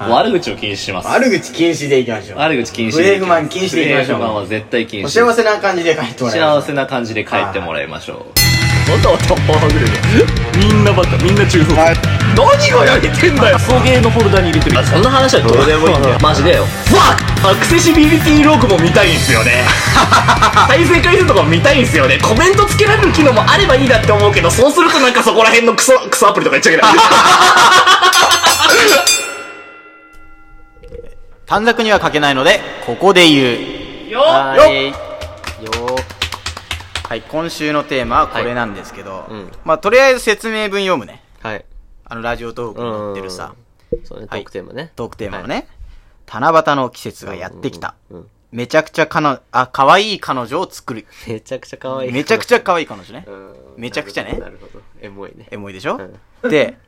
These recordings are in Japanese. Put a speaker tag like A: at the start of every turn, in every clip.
A: もう悪口を禁止します。
B: 悪口禁止でいきましょう。
A: 悪口禁止
B: ブ
A: でい
B: レー
A: き
B: フ
A: ま
B: マ
A: す
B: ン禁止でいきましょう。
A: ブレーフマンは絶対禁
B: お
A: 止。
B: 幸せな感じで帰ってもらいま
A: 幸
B: す
A: せな感じで帰ってもらいましょう。
C: バタパワーグレーみんなバタみんな中卒
B: はい
C: 何がやりてんだよ送迎のフォルダに入れてるあそんな話はどうでもいいんだよマジでよわアクセシビリティログも見たいんすよ ね再生回数とかも見たいんすよねコメントつけられる機能もあればいいなって思うけどそうするとなんかそこら辺のクソクソアプリとか言っちゃいけない
B: 短冊には書けないので、ここで言う。
C: よ
B: はい。よはい、今週のテーマはこれなんですけど、
D: うん
B: まあ、とりあえず説明文読むね。
D: はい。
B: あの、ラジオトークに載ってるさ、
D: そうね、ト
B: はい
D: ークテーマね。
B: トークテーマのね、
D: は
B: 七夕の季節がやってきた。
D: うん。
B: めちゃくちゃかな、あ、可愛い彼女を作る。
D: めちゃくちゃ可愛い。
B: めちゃくちゃ可愛い彼女ね
D: う。ん。
B: めちゃくちゃね
D: なるほど。なるほどエモいね。
B: エモいでしょ、で、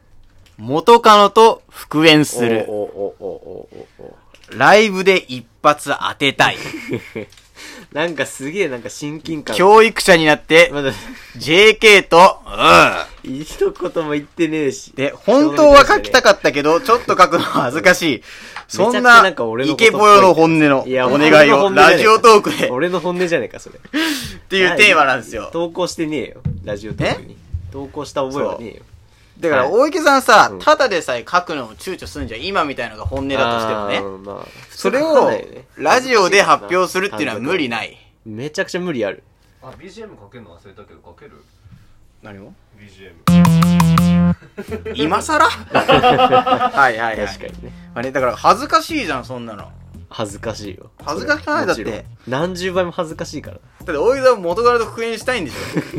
B: 元カノと復縁する
D: お。おおおおおお。
B: ライブで一発当てたい。
D: なんかすげえなんか親近感。
B: 教育者になって、
D: まだ、
B: JK と、う
D: 一言も言ってねえし。
B: ん。で、本当は書きたかったけど、ちょっと書くのは恥ずかしい。そん
D: めちゃくちゃ
B: な、
D: なんか俺の
B: イ
D: ことっ
B: ケ
D: ぽい
B: ボヨの本音のお願いを、ラジオトークで、っ
D: 俺の本音じゃねえか、それ。って
B: いうテーマなんですよ。
D: 投稿してねえよ、ラジオトークに。投稿した覚えはねえよ。
B: だから、
D: はい
B: 大池さんさ
D: ん、
B: ただでさえ書くのも躊躇すんじゃん。今みたいのが本音だとしても
D: あ
B: ね。
D: ーまあ
B: それ
D: 書か
B: を
D: ないよね、
B: ラジオで発表するっていうのは無理
D: い。
B: ない。
D: めちゃくちゃ無理ある。
E: あ BGM かけるの忘れたけどかける
B: 何を
E: BGM
B: 今 更はいはいはい。
D: 確かにね。
B: あれ、だから恥ずかしいじゃん、そんなの。
D: 恥ずかしいよ。
B: 恥ずかしくないだっ
D: もちろ
B: て
D: ん。。何十倍も恥ずかしいから。
B: だって、大井さん元からと復縁したいんでし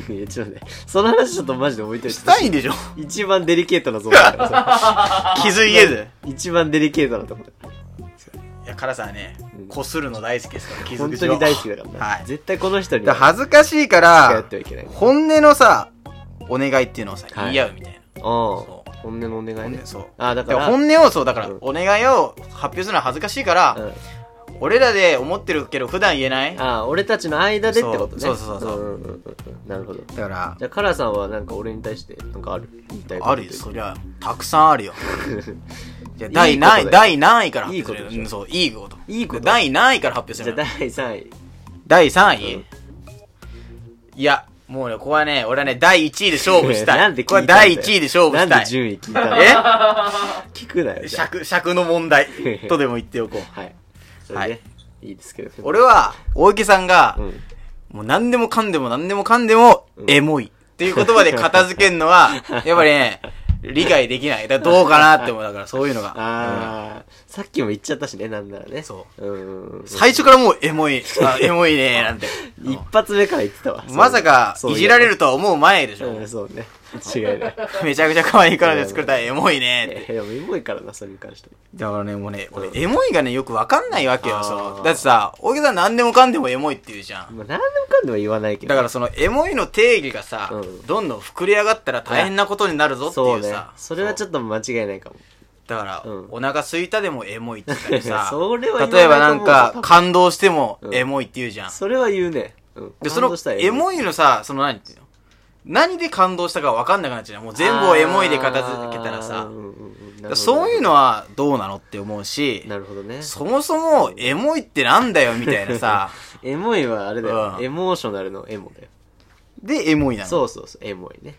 B: ょ
D: いや、ちょっとね。その話ちょっとマジで置いといて。
B: したいんでしょ
D: 一番デリケートなゾーンだから そ
B: 気づいえず。
D: れ一番デリケートなとこだよ
B: いや、カラさんはね、こするの大好きですから、傷
D: 本
B: 口
D: 当
B: を。
D: に大好きだからね。
B: はい。
D: 絶対この人に
B: だ
D: は。
B: から恥ずかしいか
D: や
B: ら
D: ってはいけない、
B: 本音のさ、お願いっていうのをさ、
D: は
B: 言
D: い
B: い合うみたいな。
D: うん。
B: そ
D: 本音のお願い
B: 本
D: ね
B: 音。そう。
D: あ、だか。
B: から本音をそう、だから
D: うん、
B: お願いを発表するのは恥ずかしいから、
D: うん
B: 俺らで思ってるけど普段言えないだ
D: ああ、俺たちの間でってことね。
B: そうそうそうそう
D: うんうんうんうんなるほど。じ
B: から、
D: ゃあ、カラさんはなんか俺に対して、なんかある言いたいこと
B: あるよ、そりゃ、たくさん あるよ。じゃあ、第
D: いい
B: 何位、
D: ことだよ
B: 第何位から発表する。
D: いいことでしょ
B: うんそう、いいこと。
D: いいこと
B: で第何位から発表す
D: じ
B: る
D: ゃあ、
B: の
D: 第3位。
B: 第3位、
D: うん
B: いや、もうね、ここはね、俺はね、第1位で勝負したい。
D: なんで聞い
B: これ
D: た
B: は
D: んだよ
B: 第1位で勝負し
D: な
B: た
D: んで
B: い。
D: 順位聞いたの聞くなよ。
B: え
D: じゃ
B: 尺、尺の問題とでも言っておこう。
D: あ はい。それで、
B: はい
D: い、いですけどね。
B: 俺は、大池さんが
D: う、ん。
B: もう何でもかんでも何でもかんでも、
D: うん
B: エモい。っていう言葉で片付けるの は、やっぱりね、理解できない。だからどうかなって思う。だからそういうのが。うん
D: ああ、さっきも言っちゃったしね、なんならね。。
B: そう
D: うん。
B: 最初からもうエモい。あエモいね、なん て。
D: 一発目から言ってたわ。
B: まさか、いじられる
D: と。
B: とは思う前でしょ。
D: うん、そう ね。違いない。
B: めちゃくちゃ可愛い彼女作れたらエモいねって。
D: え、でもエモいからな、それに関しては。
B: だからね、もうね、俺
D: う、ん
B: エモいがね、よくわかんないわけよ、
D: あー
B: そう。だってさ、大げさん何でもかんでもエモいって言うじゃん。
D: まあ、何でもかんでも言わないけど。
B: だからその、エモいの定義がさ、
D: うん
B: どんどん膨れ上がったら大変なことになるぞって
D: そ
B: いうう
D: ね
B: さ。。
D: それはちょ
B: っ
D: っと間違いないかも。
B: と。だから、
D: うん
B: お腹空いたでもエモいって言ったりさ、
D: それは言わないと思う
B: 例えばなん
D: 多
B: か、
D: 分
B: 感動しても
D: うん
B: エモいって言うじゃん。
D: それは言うね。うん。
B: で、そ
D: 感
B: の
D: 動した、ら
B: エモいのさ、その何っていうの何で感動したかわかんなくなっちゃうじゃん。もう全部をエモいで片付けたら
D: あー
B: さ
D: う、んうん
B: だか
D: うん
B: らそういうのはどうなのって思うし、
D: なるほどね。
B: そもそもエモいってなんだよみたいな さ、
D: エモいはあれだよ。
B: うん
D: エモーショナルのエモだよ。
B: でエモいなの。
D: そうそうそう、エモいね。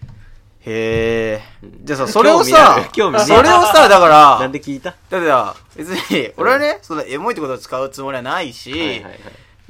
B: へえ。
D: ん
B: じゃあさ、それをさ、
D: 興味ない
B: それをさ、だから、
D: なんで聞いたは
B: だってさ、別に、俺はね、そのエモいってことを使うつもりはないし、
D: いはい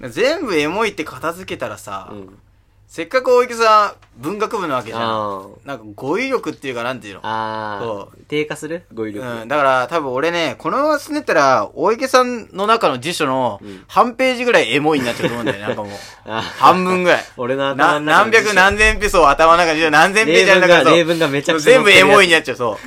D: はい。
B: 全部エモいって片付けたらさ、
D: うん。
B: せっかく大池さん、文学部なわけじゃん。
D: あー
B: なんか語彙力っていうか、なんていうの
D: あ
B: そ
D: ー。低下する語彙力。
B: うん、だから多分俺ね、このまま進んでったら、大池さんの中の辞書の半ページぐらいエモいになっちゃうと思うんだよね、なんかもう。
D: あー
B: 半分ぐらい。
D: 俺の頭
B: な
D: の中に
B: 何百何千ペソを頭の中に、何千ページある中そう
D: 例文が例文がめちゃくちゃ載
B: 全
D: って
B: 部
D: るや
B: エ
D: つ
B: モいになっちゃう、そ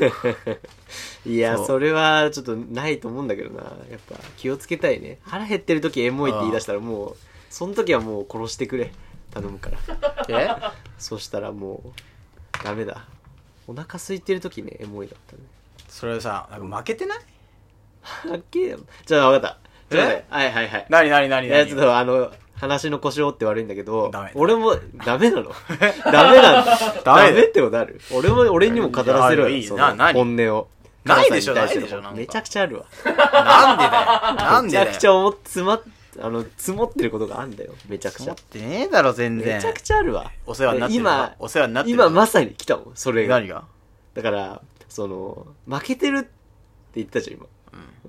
B: う。
D: いや、
B: そう
D: それはちょっとないと思うんだけどな。やっぱ気をつけたいね。腹減ってる時エモいって言い出したらもう、その時はもう殺してくれ。頼むか ら。
B: え
D: そしたらもう、ダメだ。お腹空いてる時ね、エモいだったね。
B: それさ、なんか負けてない
D: はっきり、じゃあ分かった。ちょっと待ってはいはいはい。
B: なになになに
D: い
B: な
D: や、
B: に
D: ちょっとあの、話の腰折って悪いんだけど
B: ダメ、
D: 俺も、ダメなのダメなの
B: ダメ
D: ダメってことある俺も、俺にも語らせろよ。
B: いやいいよ
D: その
B: な何
D: 本音を。
B: ないでしょ
D: 関西に
B: ない
D: 対
B: でしょなんか
D: めちゃくちゃあるわ。
B: なんで だよ。なんで
D: めち
B: だ
D: ゃ
B: よ。
D: くちゃ思っ詰まっ、あの、積もってることがあんだよ。めちゃくち
B: 持っ
D: ゃ。
B: てねえだろ、全然。
D: めちゃくちゃあるわ。
B: お世話になってるわ
D: 今、
B: お世話になってるわ
D: 今まさに来たもん、それが
B: 何。が
D: だから、その、負けてるって言ったじゃん、今。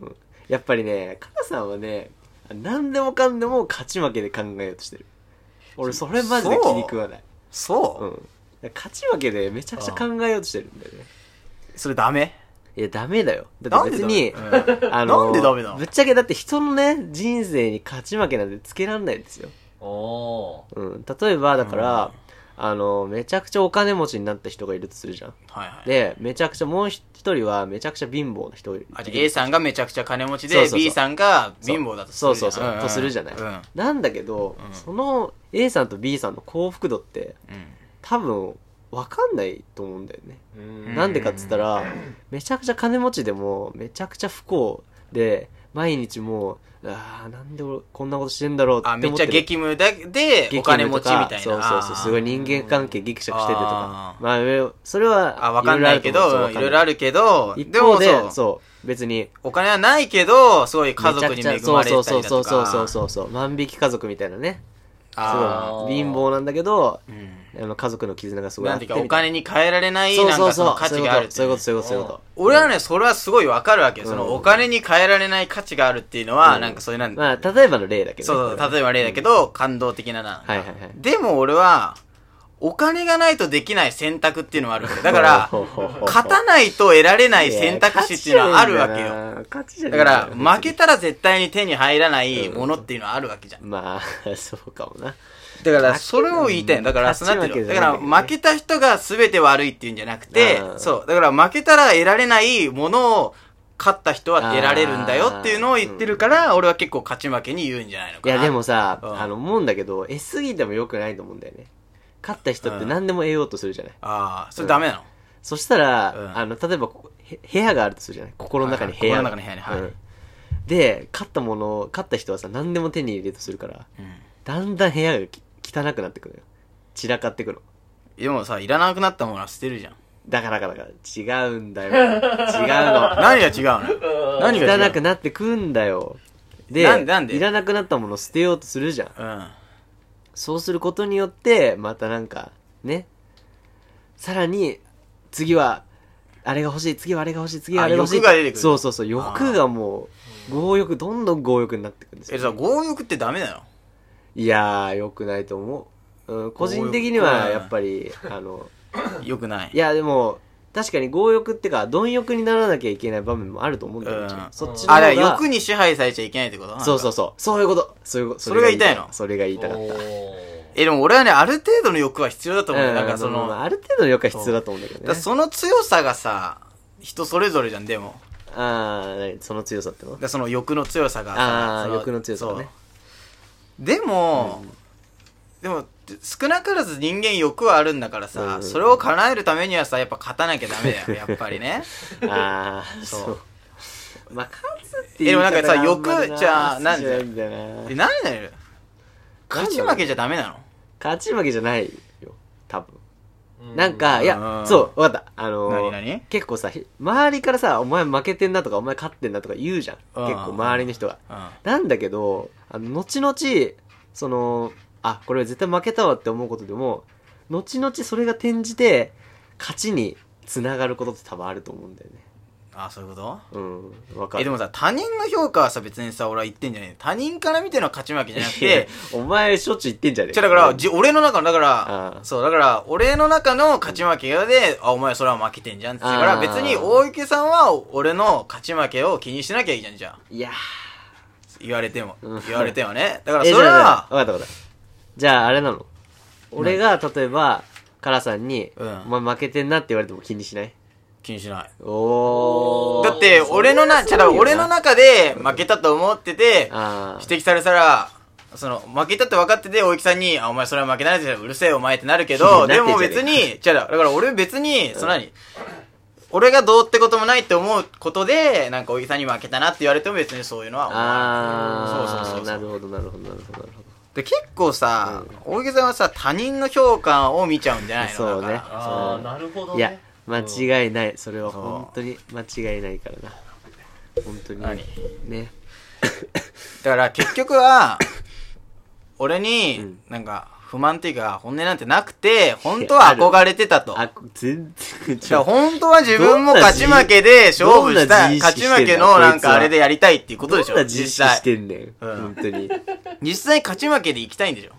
D: うんやっぱりね、カナさんはね、何でもかんでも勝ち負けで考えようとしてる。俺、それマジで気に食わない。
B: そう、
D: うん。勝ち負けでめちゃくちゃ考えようとしてるんだよね。
B: それダメ
D: いや、ダメだよ。だって別に、
B: なんでダメうん
D: あの、
B: なんでダメなの
D: ぶっちゃけだって人のね、人生に勝ち負けなんてつけらんないんですよ。
E: お
D: うん。例えば、だから、あの、めちゃくちゃお金持ちになった人がいるとするじゃん。
B: はいはい。
D: で、めちゃくちゃ、もう一人はめちゃくちゃ貧乏な人がいる。
B: あじゃあ A さんがめちゃくちゃ金持ちで
D: そうそうそう
B: B さんが貧乏だとす
D: そ
B: る
D: うそうそう、とするじゃない、
B: うん、うん
D: なんだけど、
B: うん
D: その A さんと B さんの幸福度って多分分かんないと思うんだよね、
E: ーう
B: うん
E: ん
D: なんでかっつったらめちゃくちゃ金持ちでもめちゃくちゃ不幸で毎日もうあーなんで俺こんなことしてんだろう
B: あ
D: って
B: めっ
D: 思っ
B: ち
D: て
B: ゃ激務だでお金持ちみたいな
D: そうそうそうすごい人間関係ギクシャクしててと
B: あ
D: かまあそれは
B: あ分かんないけどいろいろあ
D: る
B: るけど
D: と思うそうわかん
B: でも
D: ない一方で
B: そう
D: そう別に
B: お金はないけどすごい家族に恵まれてたりだ
D: そ
B: と
D: うそうそうそう
B: か
D: そうそう万引き家族みたいなねす
B: あ
D: ごい貧乏なんだけど
B: ーうん
D: あの家族の絆がすごいあ
B: な
D: っ
B: んて
D: て
B: いうかお
D: みたい
B: 金に換えられない
D: そ
B: な
D: うんそう
B: かそ
D: そ
B: の
D: う
B: 価値があるって
D: そう
B: い
D: いう
B: ね
D: うことそういうことそういうこと
B: 俺はね、それはすごいわかるわけよ。
D: うん
B: そのお金に換えられない価値があるっていうのは、
D: うん
B: なんかそういうなん
D: まあ例えばの例だけど
B: そうそう、
D: 例
B: 例
D: え
B: えば例だけど、感動的なな。
D: はいはいはい
B: でも俺は、お金がないとできない選択っていうのはあるわけだから、勝たないと得られない選択肢っていうのはあるわけよ。
D: 勝ちじゃ
B: だ
D: ねえ
B: か
D: んだよ
B: ら、負けたら絶対に手に入らないものっていうのはあるわけじゃん。
D: まあ そうかもな
B: だから、それを言いたいの。だから、そうなってるよ。だ
D: 勝
B: か
D: ち負けじゃな
B: ら、
D: くてね
B: 負けた人が全て悪いっていうんじゃなくて
D: う、ん
B: そう。だから、負けたら得られないものを、勝った人は得られるんだよっていうのを言ってるから、俺は結構勝ち負けに言うんじゃないの
D: い
B: かな。
D: やでもさ
B: うん
D: あの思うんだけど得すぎてもよくないと思うんだよね勝った人って何でも得ようとするじゃない
B: ああ、それダメなの、
D: そしたら、
B: うん
D: あの、例えばここ、へ部屋があるとするじゃない心の中に部屋。
B: はいはい心の中に部屋ねはい
D: うんで、勝ったものを、勝った人はさ、何でも手に入れようとするから、だんだん部屋がき汚くなってくるよ。散らかってくるの。
B: でもさ、いらなくなったものは捨てるじ ゃん。
D: だからだから、違うんだよ。違う
B: 何が違う の何が違う
D: の。
B: の
D: 汚くなってくんだよ。で、
B: なんなんで
D: いらなくなったものを捨てようとするじゃん。
B: うん。
D: そうすることによって、またなんか、ね。さらに、次は、あれが欲しい、次はあれが欲しい、次はあれが欲しい。
B: あ欲が出てくる
D: そうそうそう、欲がもう、強欲、どんどん強欲になってくるんです
B: え、
D: よ。
B: さ、強欲ってダメなの
D: いやー、良くないと思う。うん、個人的に
B: 強
D: は、
B: 欲
D: やっぱり、あの、
B: よくない
D: い。や、でも、確かに強欲ってか、貪欲にならなきゃいけない場面もあると思うんだよ、
B: うん
D: ちろんそっちの
B: あ、
D: 方が。
B: だから欲に支配されちゃいけないってこと。
D: そうそううそう。そういうこと。そういうこと。
B: それが言いたいの
D: それが言い
E: お
D: たかった。
E: ー
B: え、でも俺はね、ある程度の欲は必要だと思うよ。だからそ
D: うんまあ
B: の、
D: まあある程度の欲は必要だと思うんだけど
B: だ
D: ね。
B: からその強さがさ、人それぞれじゃん、でも。
D: ああ、何その強さっての
B: だからその欲の強さが
D: あー
B: さ、そ
D: 欲の強さがね。
B: そうでも、でも、少なからず人間欲はあるんだからさ、
D: うんうん
B: それを叶えるためにはさ、やっぱ勝たなきゃダメ だよ、やっぱりね。
D: ああ、
B: そう。
D: まあ、勝つっ
B: え
D: てい
B: で
D: う
B: もなんかさ
D: 言い方があんまり
B: 欲じゃあ
D: 好
B: なん
D: き
B: で
D: じゃないんだよ
B: え、
D: な
B: なんだよ。勝ち負けじゃダメなの
D: 勝ち負けじゃないよ、多分。
E: うん
D: なんか、いや
B: う、ん
D: そう、わかった。あのー
B: 何々
D: 結構さ、ひ周りからさ、お前負けてんなとか、お前勝ってんなとか言うじゃん。
B: うん
D: 結構周りの人が。
B: うん。
D: なんだけど、あの、後々、その、あ、これ絶対負けたわって思うことでも、後々それが転じて、勝ちにつながることって多分あると思うんだよね。
B: あそういうこ
D: うん、わ
B: と
D: かる。
B: え、でもさ、他人の評価はさ、別にさ、俺は言ってんじゃねえ。他人から見ての勝ち負けじゃなく
D: いや
B: て、
D: お前しょっちゅう言ってんじゃねえ
B: じゃだから、
D: うん
B: じ俺の中の、だか
D: あ
B: ら、
D: あ
B: そう、だから、俺の中の勝ち負けがで、あ、お前それは負けてんじゃんって言うか
D: あ
B: ら、
D: あ
B: 別に大池さんは俺の勝ち負けを気にしなきゃいいじゃん、じゃあ。
D: いや
B: 言われても
D: うん。
B: 言われても ね。だか
D: ー
B: ら、
D: え
B: それは、
D: じゃあじゃあわかったわかった。じゃあ、あれなの俺が、例えば、カラさんに、
B: うん
D: お前負けてんなって言われても気にしない
B: 気にしない。
D: おー。
B: だって、俺のな、じゃあ俺の中で負けたと思ってて、
D: あー
B: 指摘されたら、その、負けたって分かってて、大木さんに、あ、お前それは負けないでうるせえお前ってなるけ
D: なっ
B: ど、
D: てん
B: で
D: じゃねえ
B: も別に、じゃあだから俺別に、その何、俺がどうってこともないって思うことで、なんか大木さんに負けたなって言われても別にそういうのは思わない。
D: あー。
B: そうそうそう
D: な
B: そう。
D: るほど、なるほど、なるほど、なるほど。
B: で、結構さ、大木さんはさ、他人の評価を見ちゃうんじゃないの
D: そうね
B: だから
E: ああなるほど
D: いや
E: ね、
D: 間違いないそれは
B: そう
D: 本当に間違いないからな本当に
B: 何
D: ね
B: だから結局は、俺
D: う
B: に
D: ん、
B: なんか、不満っていうか、本音なんてなくて、本当は憧れてたと。だ
D: あ
B: か
D: 全然違
B: ら
D: う
B: 本当は自分も勝ち負けで勝負し
D: どんな
B: たい。
D: 自意
B: 勝
D: 識
B: ち
D: してんだ
B: 負けのなんかあれでやりたいっていうことでし
D: ど
B: ょ
D: んな自意識
B: 実際
D: し。てんねん
B: うん
D: 本当に違う
B: 実際勝ち負けで行きたいんでしょ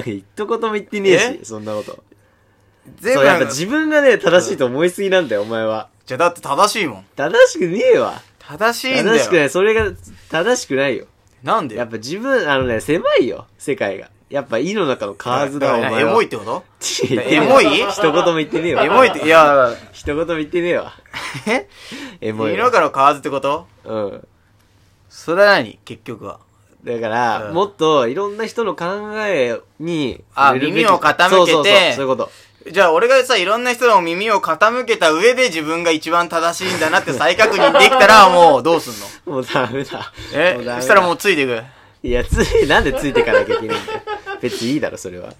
D: 一言も言ってねえし
B: え
D: そんなこと
B: 全
D: そう
B: 部
D: や
B: なん
D: っぱ
B: か
D: 自分がね正しいと思いすぎなんだよお前は
B: じゃあだって正しいもん。
D: 正しくねえわ
B: 正しいんだ
D: 正しくな
B: よ。
D: いそれが正しくないよ
B: なんで
D: やっぱ自分あのね狭いよ世界がやっぱ井の中の蛙
B: だ
D: だお
B: から
D: 前
B: エ
D: は
B: モいって こと
D: ち言ってねえ
B: エモい
D: 一言も言ってねえわ
B: エモいって、いや、
D: 一言も言ってねえわ
B: え
D: エモい
B: 色
D: わ
B: から買わずってこと
D: うん
B: それは何結局は。
D: だから、
B: うん
D: もっといろんな人の考えに
B: あ
D: 触れるべき
B: 耳を傾けて
D: そうそうそうそういうこと
B: じゃあ俺がさ、いろんな人の耳を傾けた上で自分が一番正しいんだなって再確認できたら、もうどうすんの
D: もうダメだ
B: え
D: もうダメだ
B: そしたらもうついていく。
D: いやついなんでついてかなきゃいけないんだよ別にいいだろそれは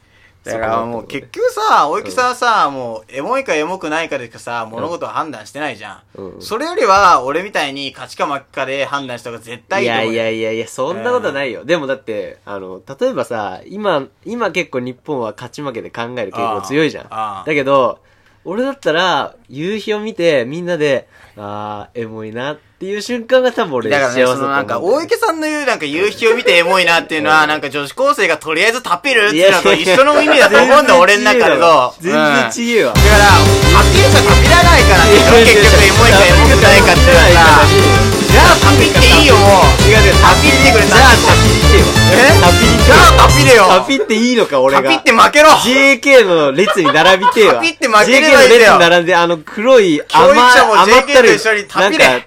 B: だからもう結局さ、大木さんはさ、もうエモいかエモくないかでしかさ、物事を判断してないじゃん。
D: うんうん
B: それよりは、俺みたいに勝ちか負けかで判断した方が絶対い
D: い
B: いと思
D: や
B: うよ。
D: いやいやいや、そんなことないよ。でもだって、あの、例えばさ、今、今結構日本は勝ち負けで考える傾向強いじゃん。
B: ああ
D: だけど、俺だったら、夕日を見て、みんなで、あー、エモいなっていう瞬間が多分俺
B: だ
D: 幸
B: からね、
D: せだと
B: そ
D: 思う
B: のなんか、
D: だよ
B: 大池さんの言うなんか夕日を見てエモいなっていうのは、なんか女子高生がとりあえずタピるっていうのと一緒の意味だと思うんだ、俺の中でと。
D: 全
B: うん
D: 然ちげえわ。
B: だから、タピるかタピらないからね、結局エモいかエモくないかっていうのはさ、じゃあタピっていいよ、もう。
D: 違う違う、
B: タピってくれ
D: じ
B: た
D: ゃあタピってよ。
B: え
D: タピって
B: じゃあタピれよ。
D: タピっていいのか、俺
B: タ
D: が。
B: ピって負けろ。
D: JK の列に並びてえわ。
B: タピって負ければいいんだよ
D: JK の列に並んで、あの黒い甘、
B: 教育者も
D: 甘った
B: JK と
D: る
B: 一緒に、
D: な
B: タ
D: ん
B: ピれ
D: か、